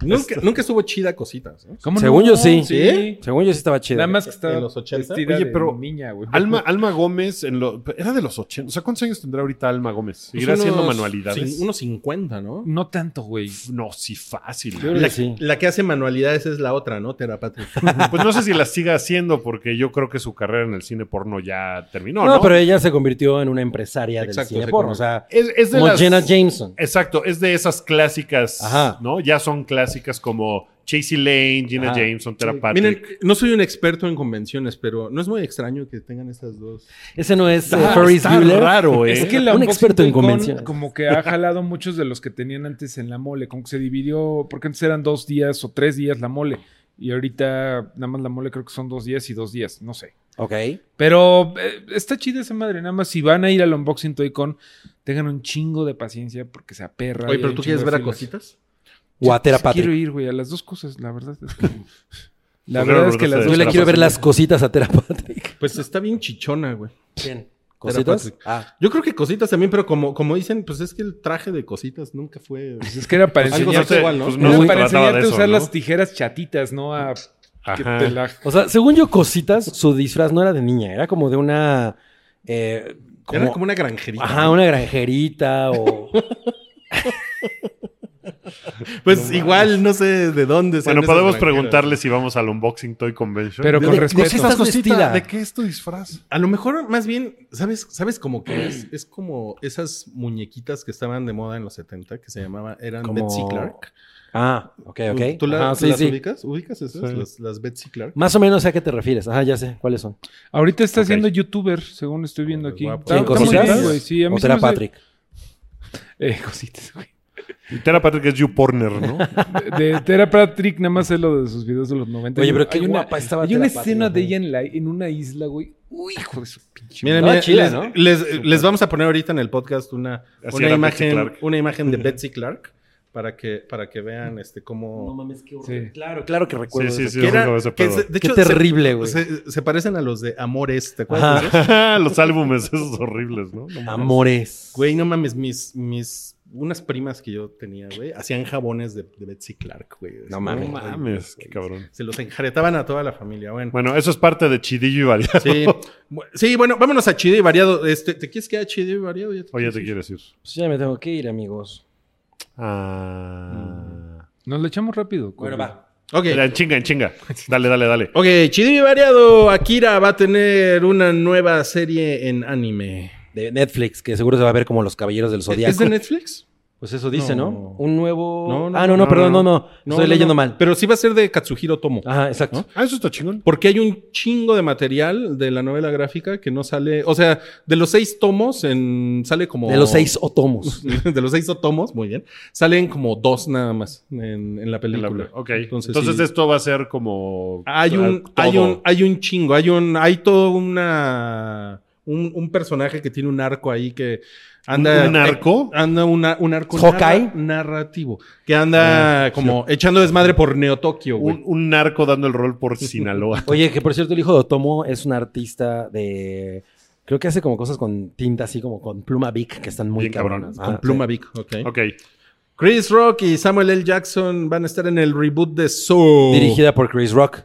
Nunca, nunca estuvo chida Cositas. ¿eh? ¿Cómo Según no? yo sí. ¿Eh? Sí. Según yo sí estaba chido. Nada más que está ¿En los 80? vestida Oye, de pero- niña, güey. Alma, Alma Gómez en lo- era de los 80. O sea, ¿cuántos años tendrá ahorita Alma Gómez? ¿Seguirá Pues haciendo unos manualidades? cin- unos 50, ¿no? No tanto, güey. No, sí, fácil. Yo creo que sí. La que hace manualidades es la otra, ¿no? Terapatria. Pues no sé si las siga haciendo, porque yo creo que su carrera en el cine porno ya terminó, No, ¿no? pero ella se convirtió en una empresaria Exacto, del cine se porno. O convirtió. sea, es, es de como las- Jenna Jameson. Exacto, es de esas clásicas, Ajá. ¿no? Ya son clásicas como Chasey Lane, Gina Ajá. Jameson, Tera Patrick. Miren, no soy un experto en convenciones, pero no es muy extraño que tengan estas dos. Ese no es eh, Está- Ferris está Bueller. raro, ¿eh? Es que la Un Unboxing experto en Toy Con convenciones. Como que ha jalado muchos de los que tenían antes en la mole, como que se dividió, porque antes eran dos días o tres días la mole, y ahorita nada más la mole creo que son dos días y dos días, no sé. Ok. Pero eh, está chida esa madre, nada más si van a ir al unboxing Toy Con, tengan un chingo de paciencia porque se aperra. Oye, y hay pero un tú chingo de quieres ver a filas. Cositas. O a Tera Sí Patrick. Quiero ir, güey, a las dos cosas, la verdad es que... La ¿Por qué no verdad es que regresaste las Yo dos le Tera quiero ver Patrick. las cositas a Tera Patrick. Pues está bien chichona, güey. Bien. ¿Cositas? Patrick. Ah. Yo creo que Cositas también, pero como, como dicen, pues es que el traje de Cositas nunca fue. Pues es que era para Algo enseñarte, se- igual, ¿no? pues era se trataba para de enseñarte a eso, ¿no? usar las tijeras chatitas, ¿no? A que Ajá. te la O sea, según yo, cositas, su disfraz no era de niña, era como de una. eh, como- Era como una granjerita. Ajá, una granjerita o. Pues igual no sé de dónde. sean Bueno, podemos esas granjeras. preguntarle si vamos al Unboxing Toy Convention. Pero ¿De- con ¿De- de respeto. qué estás vestida? ¿De qué es tu disfraz? A lo mejor, más bien, ¿sabes, sabes cómo que es? Es como esas muñequitas que estaban de moda en los 70 que se llamaba, eran Como- Betsy Clark. Ah, ok, ok. ¿Tú, tú la- Ajá, tú sí, las sí. ubicas? ¿Ubicas esas? Sí. Las, las Betsy Clark. Más o menos a qué te refieres. Ajá, ya sé. ¿Cuáles son? Ahorita está Ok. siendo youtuber, según estoy viendo aquí. Guapo. Está- ¿Quién está muy cositas? bien, güey, sí, a mí o se Tera me hace- Patrick. Eh, cositas, güey. Y Tera Patrick es YouPorner, ¿no? De de Tera Patrick, nada más sé lo de sus videos de los 90. Oye, pero Hay qué una- guapa estaba Hay una Tera Patrick, escena de ajá. ella en, la- en una isla, güey. Uy, hijo de su pinche. Miren, No, miren, chila, les, ¿no? les, les vamos a poner ahorita en el podcast una, Así una era Betsy imagen, Clark. una imagen de Betsy Clark para que, para que vean este cómo. mames, qué horror. Sí. Claro, claro que recuerdo. sí, sí, eso. sí. yo nunca vi ese que pedo. se- de Qué hecho, terrible, güey. se, se- se parecen a los de Amores, ¿te acuerdas? de esos? Los álbumes esos horribles, ¿no? No mames. Amores. Güey, no mames, mis, mis unas primas que yo tenía, güey, hacían jabones de, de Betsy Clark, güey. No No mames. Ay, mames, qué cabrón. Se los enjaretaban a toda la familia, bueno. Bueno, eso es parte de Chidillo y Variado. Sí, Bu- sí, bueno, vámonos a Chido y Variado. Este, ¿Te quieres quedar Chido y Variado? Ya te Oye, quieres te ir. quieres ir. Pues ya me tengo que ir, amigos. Ah. Nos la echamos rápido. corre. Bueno, va. Mira, Ok, en chinga, en chinga. Dale, dale, dale. ok, Chido y Variado. Akira va a tener una nueva serie en anime. De Netflix, que seguro se va a ver como los Caballeros del Zodíaco. ¿Es de Netflix? Pues eso dice, ¿no? No. Un nuevo. No, no, ah, no, no, no, perdón, no. no, no. No, Estoy no, leyendo no. mal. Pero sí va a ser de Katsuhiro Tomo. Ajá, exacto. ¿No? Ah, eso está chingón. Porque hay un chingo de material de la novela gráfica que no sale. O sea, de los seis tomos, en, sale como. De los seis otomos. de los seis tomos, muy bien. Salen como dos nada más en, en la En la- película. ok. Entonces, sí. esto va a ser como. Hay un, ah, hay todo. un, hay un chingo, hay un, hay todo una un, un personaje que tiene un arco ahí que anda ¿Un- un arco? eh, anda una- un arco ¿Hawkeye? narra- narrativo que anda como echando desmadre por Neo Tokio, güey. Ah, un, un narco dando el rol por Sinaloa. Oye, que por cierto, el hijo de Otomo es un artista de. Creo que hace como cosas con tinta así, como con pluma Vic, que están muy Bien cabrón. cabronas. con Ah, Pluma sí. Vic, ok. ok. Chris Rock y Samuel L. Jackson van a estar en el reboot de Soul. Dirigida por Chris Rock.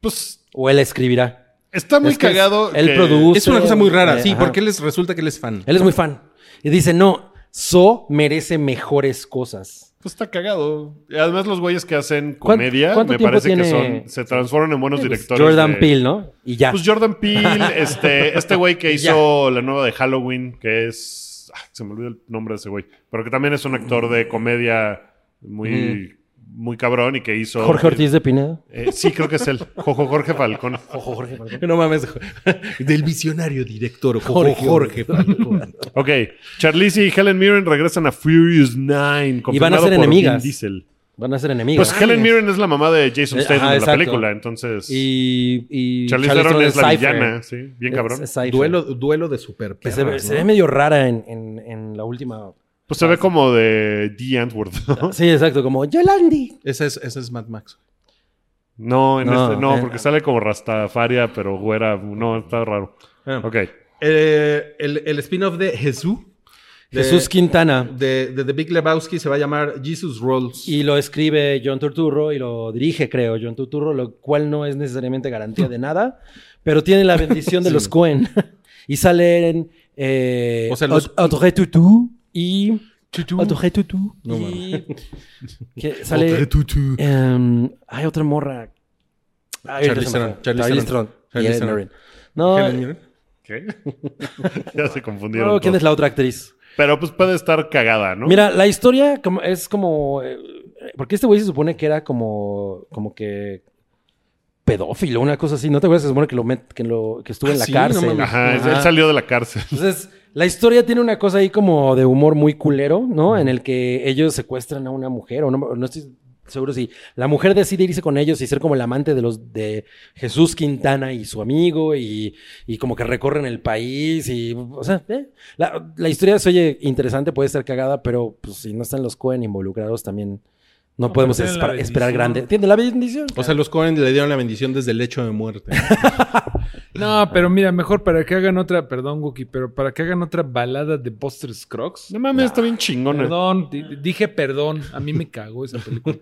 Pues O él escribirá. está muy Es que es- cagado. él que- produce. Es una cosa muy rara, Eh, sí, ajá. porque les resulta que él es fan. Él es muy fan. Y dice, no, So merece mejores cosas. Pues está cagado. Y además, los güeyes que hacen ¿Cuánto- comedia, cuánto me tiempo parece que tiene- pues, son. Se transforman en pues, buenos directores. Jordan de- Peele, ¿no? Y ya. Pues Jordan Peele, este, este güey que hizo la nueva de Halloween, que es. ah, se me olvida el nombre de ese güey. Pero que también es un actor de comedia muy, muy cabrón y que hizo. Jorge Ortiz de Pineda. Eh, sí, creo que es él. Jojo Jorge Falcón. Ojo, Jorge. perdón. No mames, del visionario director Jorge, Jorge Jorge. Falcón. Ok. Charlize y Helen Mirren regresan a Furious 9. Y van a confirmado ser por enemigas. Vin Diesel. Van a ser enemigos. Pues Helen Mirren es la mamá de Jason Eh, Statham ajá, en la exacto. película, entonces. Y, y Charlize Charlize Theron es la Cypher. villana, sí. Bien cabrón. Es- es Cypher. Duelo, duelo de super Que se, ve- se ve medio rara en, en- en la última. Pues se ve como de D. Antwoord, ¿no? Sí, exacto, como Yolandi. Ese es, ese es Mad Max. No, en No, este, no eh. porque sale como Rastafaria, pero güera. No, está raro. Ah. Ok. Eh, el el spin-off de Jesús. de- Jesús Quintana. De, de The Big Lebowski se va a llamar Jesus Rolls. Y lo escribe John Turturro y lo dirige, creo, John Turturro, lo cual no es necesariamente garantía de nada, pero tiene la bendición de Sí. los Cohen. y salen eh, O sea, los- Aut- Audrey Tautou y... Chuchu. Audrey Tautou No y... que sale... em, hay otra morra. Ay, ahorita Charlize se me Theron, fue. Charlize Charlize Theron. Theron y Charlize Helen Theron. Mirren. No, Helen Mirren. ¿Qué? ya se confundieron. no, ¿quién todos. es la otra actriz? Pero pues puede estar cagada, ¿no? Mira, la historia como- es como. eh, porque este güey se supone que era como. como que. pedófilo, una cosa así. ¿No te acuerdas? Se supone que lo, met- que lo que estuvo Ah, en la sí, no cárcel. mames. Ajá, pues, Ajá. él salió de la cárcel. Entonces, la historia tiene una cosa ahí como de humor muy culero, ¿no? En el que ellos secuestran a una mujer, o no, no estoy seguro si la mujer decide irse con ellos y ser como el amante de los de Jesús Quintana y su amigo, y, y como que recorren el país, y, o sea, eh, la, la historia se oye interesante, puede ser cagada, pero pues, si no están los Cohen involucrados también. No, No, podemos pero tienen la espera- esperar bendición. grande. ¿Tiene la bendición? O sea, los Cohen le dieron la bendición desde el hecho de muerte. No, pero mira, mejor para que hagan otra, perdón, Wookie, pero para que hagan otra balada de Buster Scruggs. No mames, está bien chingona. Perdón, di- dije perdón. A mí me cagó esa película.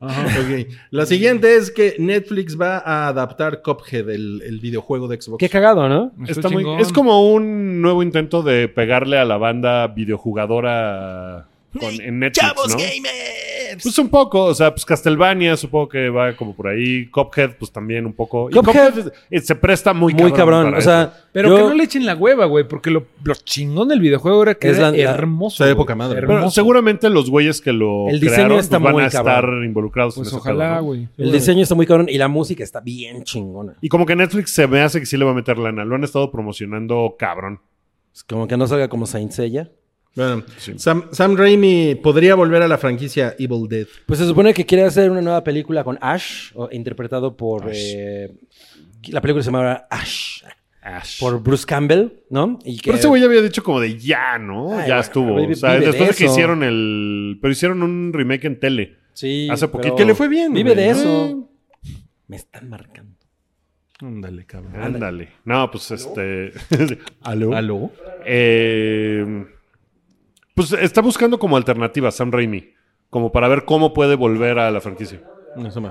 Ajá. Ok. La siguiente es que Netflix va a adaptar Cuphead, el, el videojuego de Xbox. Qué cagado, ¿no? Está Está muy- chingón. es como un nuevo intento de pegarle a la banda videojugadora con, en Netflix, ¿no? gamers! Pues un poco, o sea, pues Castlevania supongo que va como por ahí, Cuphead pues también un poco. Y Cuphead- eh, se presta muy Muy cabrón. cabrón. para O sea, Pero yo- que no le echen la hueva, güey, porque lo, lo chingón del videojuego era que Es era la- la- hermoso. Se ve güey. poca madre. eso. pero Hermoso. seguramente los güeyes que lo El diseño crearon está pues, van muy a cabrón. estar involucrados en Pues ese ojalá, pedo, ¿no? güey. El diseño está muy cabrón y la música está bien chingona. Y como que Netflix se me hace que sí le va a meter lana, lo han estado promocionando cabrón. Es Como que no salga como Saint Seiya. Bueno, Sam, Sam Raimi podría volver a la franquicia Evil Dead. Pues se supone que quiere hacer una nueva película con Ash, o- interpretado por... eh, la película se llamaba Ash, por Bruce Campbell, ¿no? Y que, Pero ese güey ya había dicho como de ya, ¿no? Ay, ya bueno, estuvo. vive- o sea, vive de después de, que eso. hicieron el. Pero hicieron un remake en tele. Sí, hace pero- poquito. Que le fue bien. Vive güey. Eh. de eso. Me están marcando. Ándale, cabrón. Ándale. No, pues este. ¿Aló? ¿Aló? Eh, Pues está buscando como alternativa Sam Raimi, como para ver cómo puede volver a la franquicia. No se me-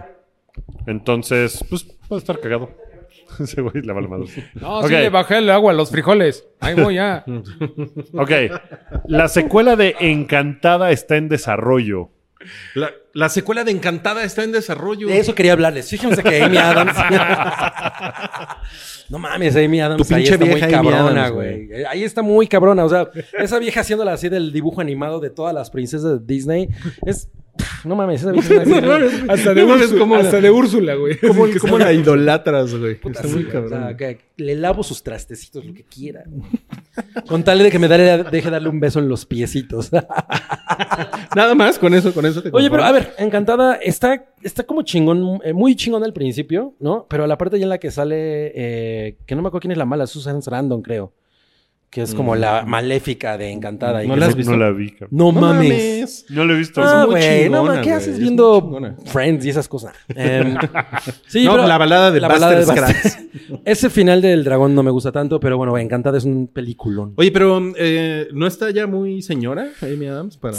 Entonces, pues puede estar cagado. Ese güey le vale madre. No, Ok. sí le bajé el agua a los frijoles. Ahí voy ya. Ok. La secuela de Encantada está en desarrollo. La, la secuela de Encantada está en desarrollo. De eso quería hablarles. Fíjense que Amy Adams. no mames, Amy Adams. Tu ahí pinche está vieja muy Amy cabrona, Adams, güey. Ahí está muy cabrona. O sea, esa vieja haciéndola así del dibujo animado de todas las princesas de Disney. Es. No mames, esa vieja es una- Hasta de, No mames, Úrsula, cómo la- hasta de Úrsula, güey. ¿Cómo, Así que cómo está- la idolatras, güey? Está muy Sí, güey, o sea, cabrón. que le lavo sus trastecitos, lo que quiera. Con tal de que me dale- deje darle un beso en los piecitos. Nada más, con eso, con eso te Oye, pero conformo. a ver, encantada. Está, está como chingón, eh, muy chingón al principio, ¿no? Pero la parte ya en la que sale, eh, que no me acuerdo quién es la mala, Susan Sarandon, creo. Que es como la maléfica de encantada. y Mm. No que la se- has visto? No la vi. cabrón. No mames. No la he visto. Ah, muy güey, no, chingona, mames, ¿Qué güey, haces es muy viendo chingona. Friends y esas cosas? Em, sí, No, pero- la balada de Buster Ese final del dragón no me gusta tanto, pero bueno, Encantada es un Pues, peliculón. Oye, pero eh, ¿no está ya muy señora Amy Adams para...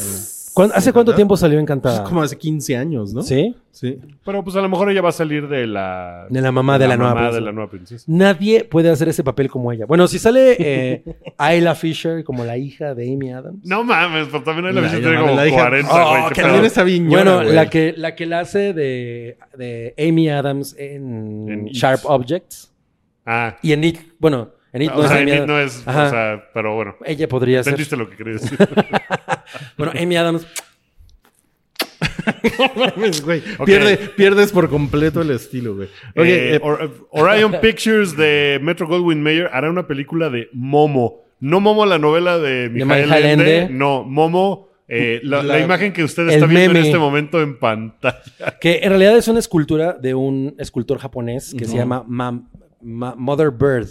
¿Cuán- ¿Hace cuánto ¿Encantada? tiempo salió Pues Encantada? como hace 15 años, ¿no? ¿Sí? Sí. Pero pues a lo mejor ella va a salir de la... De la mamá de la nueva mamá de princesa. la nueva princesa. Nadie puede hacer ese papel como ella. Bueno, si sale eh, Ayla Fisher como la hija de Amy Adams. No mames, pero también la Ya, bicha ya tiene mames, como la hija- 40, güey. Oh, qué que pedo. También está bien ñora, bueno, güey. la que, la que la hace de, de Amy Adams en, En It. Sharp Objects. Ah, Y en It, bueno, en It no o es sea, Amy Enid Adams. no es... Ajá. O sea, pero bueno. Ella podría ser. Entendiste lo que quería decir. Eh, Bueno, Amy Adams. Mames, güey. Ok. Pierde- pierdes por completo el estilo, güey. Oye, Eh, eh, Or- Orion Pictures de Metro Goldwyn Mayer hará una película de Momo. No Momo la novela de Mijael Mijael Ende, Ende. No, Momo, eh, la, La- la imagen que usted el está viendo en meme. este momento en pantalla. Que en realidad es una escultura de un escultor japonés que se llama Mam- Ma- Mother Bird.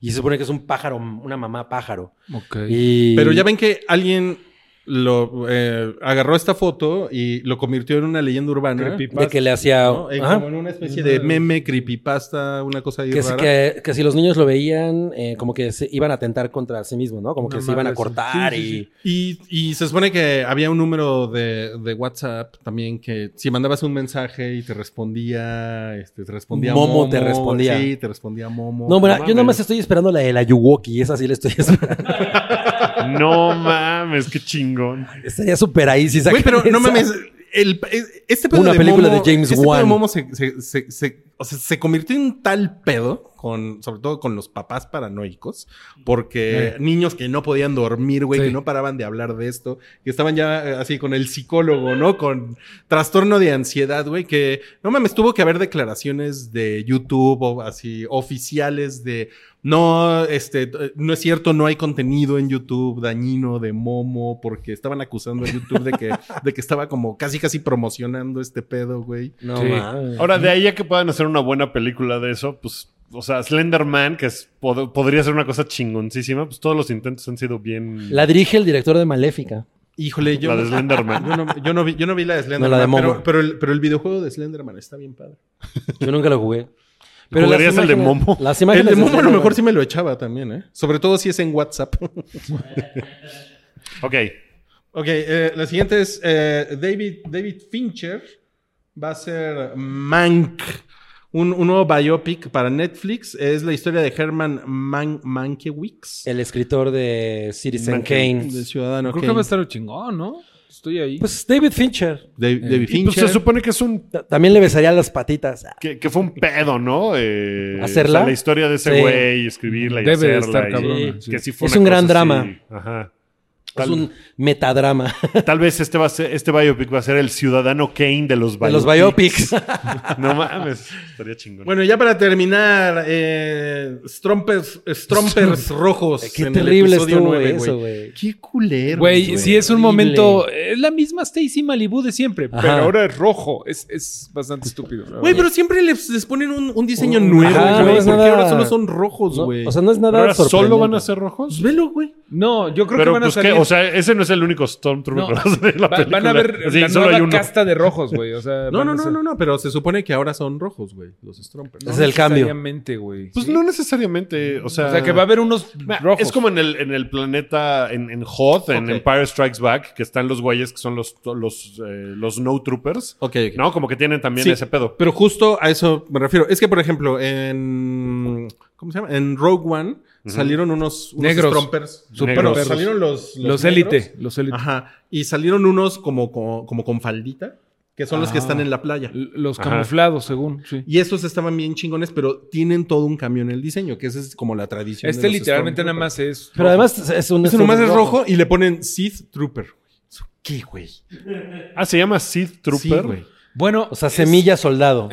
Y se supone que es un pájaro, una mamá pájaro. Ok. Y- pero ya ven que alguien lo eh, agarró esta foto y lo convirtió en una leyenda urbana. de que le hacía. ¿no? Eh, Ajá. Como en una especie de meme, creepypasta, una cosa ahí que, si- rara. que, que si los niños lo veían, eh, como que se iban a atentar contra sí mismos, ¿no? Como que No se iban a mames. cortar Sí, sí, sí. Y, y se supone que había un número de, de WhatsApp también que si mandabas un mensaje y te respondía, este, te respondía Momo te respondía. Sí, te respondía Momo. y... No, bueno, No yo nomás mames. estoy esperando la de la Yuwoki, esa sí la estoy esperando. No mames, qué chingón. Estaría súper ahí si Güey, sacan pero no esa. mames. el- este pedo Una de película Momo- de James este pedo de Wan. Momo se, se- se- se- o sea, se convirtió en tal pedo, con, sobre todo con los papás paranoicos, porque niños que no podían dormir, güey, Sí. que no paraban de hablar de esto, que estaban ya eh, así con el psicólogo, ¿no? Con trastorno de ansiedad, güey, que no mames, tuvo que haber declaraciones de YouTube o así oficiales de no, este, t- no es cierto, no hay contenido en YouTube dañino de Momo, porque estaban acusando a YouTube de que, de que estaba como casi casi promocionando este pedo, güey. No Sí. mames. Ahora, de ahí a que puedan hacer una buena película de eso, pues, o sea, Slenderman, que es- pod- podría ser una cosa chingoncísima, pues todos los intentos han sido bien... La dirige el director de Maléfica. Híjole, yo, la de no, Slenderman. yo, no, yo no vi, yo no vi la de Slenderman, No, la de Momo. pero, pero el, pero el videojuego de Slenderman está bien padre. Yo nunca lo jugué. las ¿Jugarías el de imágenes- Momo? Las El imágenes de Momo a lo Slenderman. mejor sí me lo echaba también, ¿eh? Sobre todo si es en WhatsApp. Ok. Ok, eh, la siguiente es eh, David, David Fincher. Va a ser Mank. Un, un nuevo biopic para Netflix. Es la historia de Herman Man Mankiewicz. El escritor de Citizen Man- Kane. Del ciudadano Creo que Kane. va a estar chingón, ¿no? Estoy ahí. Pues David Fincher. Da- David Y, pues, Eh, Fincher. se supone que es un Ta- También le besaría las patitas. Ah, Que, que fue un pedo, ¿no? Eh, ¿Hacerla? o sea, la historia de ese Sí. güey, escribirla y Debe de hacerla. estar y- cabrona, que sí fue Es una un cosa gran drama. así. Ajá. Es Tal, un metadrama tal vez este va a ser, este biopic va a ser el ciudadano Kane de los biopics. de los biopics. No mames, estaría chingón. Bueno, ya para terminar, eh, Strompers, Strompers Rojos. Eh, Qué en el terrible episodio estuvo nueve, eso, güey. Qué culero. Güey, si es un horrible. momento. Es la misma Stacy Malibu de siempre, Ajá. pero ahora es rojo. Es, es bastante estúpido. la Güey, verdad. pero siempre les, les ponen un, un diseño Ajá, nuevo, no güey. es porque nada- ahora solo son rojos, No, Pues, güey. o sea, no es nada ¿Pero ahora sorprendente. solo van a ser rojos? Pues velo, güey. No, yo creo que Pero van a pues salir qué, o sea, ese no es el único Stormtrooper No. que vas a ver en la Va- película. van a ver Sí, la solo hay nueva uno. casta de rojos, güey. O sea, No, van no, a no, ser- no, no, pero se supone que ahora son rojos, güey, los Stormtroopers. Ese es el cambio. necesariamente, güey. Pues Sí. no necesariamente. O sea, O sea, que va a haber unos Ma- rojos. Es como en el, en el planeta, en, en Hoth, en Ok. Empire Strikes Back, que están los güeyes que son los, los, eh, los No Troopers. Ok, ok. ¿No? Como que tienen también Sí. ese pedo. Pero justo a eso me refiero. Es que, por ejemplo, en. ¿Cómo se llama? En Rogue One salieron unos, unos Negros. Stormtroopers. Super Pero perros. salieron los. los negros. élite. Los élite. Ajá. Y salieron unos como, como, como con faldita, que son los que Ah. están en la playa. L- Los Ajá. camuflados, según. Sí. Y esos estaban bien chingones, pero tienen todo un cambio en el diseño, que esa es como la tradición. de Este los literalmente nada Stormtroopers. más es. Pero además es un. Ese nomás es rojo y le ponen Sith Trooper. Eso, ¿Qué, güey? Ah, se llama Sith Trooper. Sí, güey. Bueno, O sea, semilla soldado.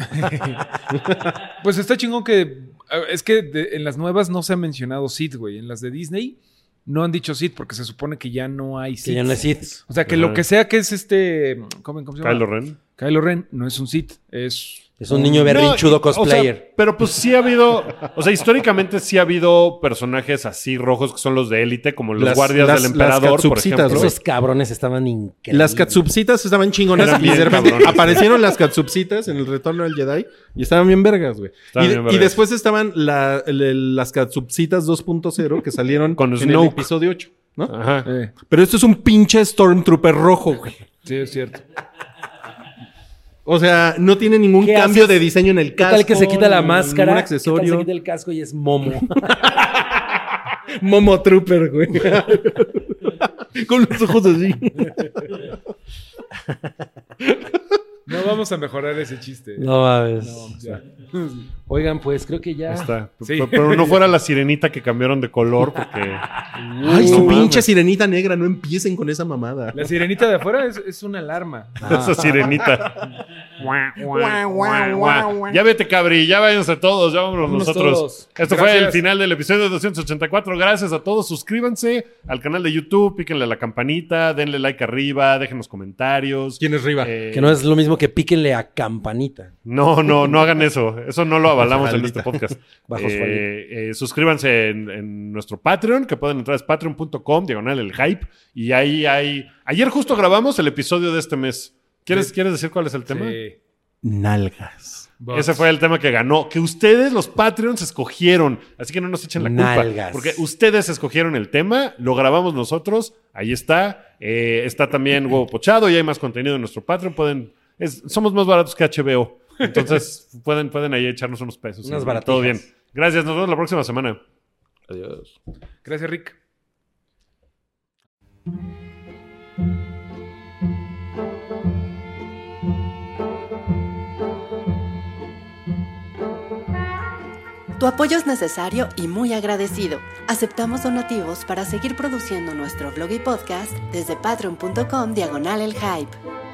Pues está chingón que. a- Es que de- en las nuevas no se ha mencionado Sid, güey. En las de Disney no han dicho Sid porque se supone que ya no hay que Sid. ya no es Sith. O sea, que Ajá. lo que sea que es este. ¿Cómo, cómo se llama? Kylo Ren. Kylo Ren no es un Sid. Es. Es un niño No, berrinchudo y- o cosplayer. sea, pero pues sí ha habido, o sea, históricamente sí ha habido personajes así rojos que son los de élite, como los Las- guardias las- del las emperador, por Katsupsitas, ejemplo. güey. Esos cabrones estaban increíbles. Las katsupsitas estaban chingonas Eran y de bien repente cabrones. aparecieron las katsupsitas en el retorno del Jedi y estaban bien vergas, güey. Y, Estaban de- bien y vergas. después estaban la- le- las katsupsitas 2.0 que salieron Con en el Snoke. Ah. episodio 8, ¿no? Ajá. eh, Pero esto es un pinche Stormtrooper rojo, güey. sí, es cierto. O sea, no tiene ningún ¿Qué cambio haces? de diseño en el ¿Qué casco. tal que se quita la ni- máscara? Ningún ¿Qué tal se accesorio. quita el casco y es Momo? Momo Trooper, güey. Con los ojos así. No vamos a mejorar ese chiste. no mames. Ya. Oigan, pues creo que ya. Ahí Está. P- Sí. p- Pero no fuera la sirenita que cambiaron de color porque Ay, su No pinche mames. sirenita negra, no empiecen con esa mamada. La sirenita de afuera es, es una alarma. esa sirenita. Guau, guau, guau, guau. ya vete, Cabri, ya váyanse todos, ya vámonos Vámonos nosotros. todos. Esto fue Gracias. el final del episodio 284. Gracias a todos. Suscríbanse al canal de YouTube, píquenle a la campanita, denle like arriba, déjenos comentarios. ¿Quién es Riva? Eh, Que no es lo mismo que píquenle a campanita. No, no, no hagan eso. Eso no lo avalamos en faldita. este podcast. Bajo su Eh, faldita. eh, suscríbanse en, en nuestro Patreon, que pueden entrar es patreon.com, diagonal el hype. Y ahí hay. Ayer justo grabamos el episodio de este mes. ¿Quieres, ¿quieres decir cuál es el tema? Sí. Nalgas. Bots. Ese fue el tema que ganó, que ustedes los Patreons escogieron, así que no nos echen la culpa. Nalgas. Porque ustedes escogieron el tema, lo grabamos nosotros, ahí está. Eh, está también Huevo Pochado y hay más contenido en nuestro Patreon. Pueden, es- somos más baratos que HBO. Entonces pueden, pueden ahí echarnos unos pesos. Unas Y baratijas. Todo bien. Gracias, nos vemos la próxima semana. Adiós. Gracias, Rick. Tu apoyo es necesario y muy agradecido. Aceptamos donativos para seguir produciendo nuestro blog y podcast desde patreon.com diagonal el hype.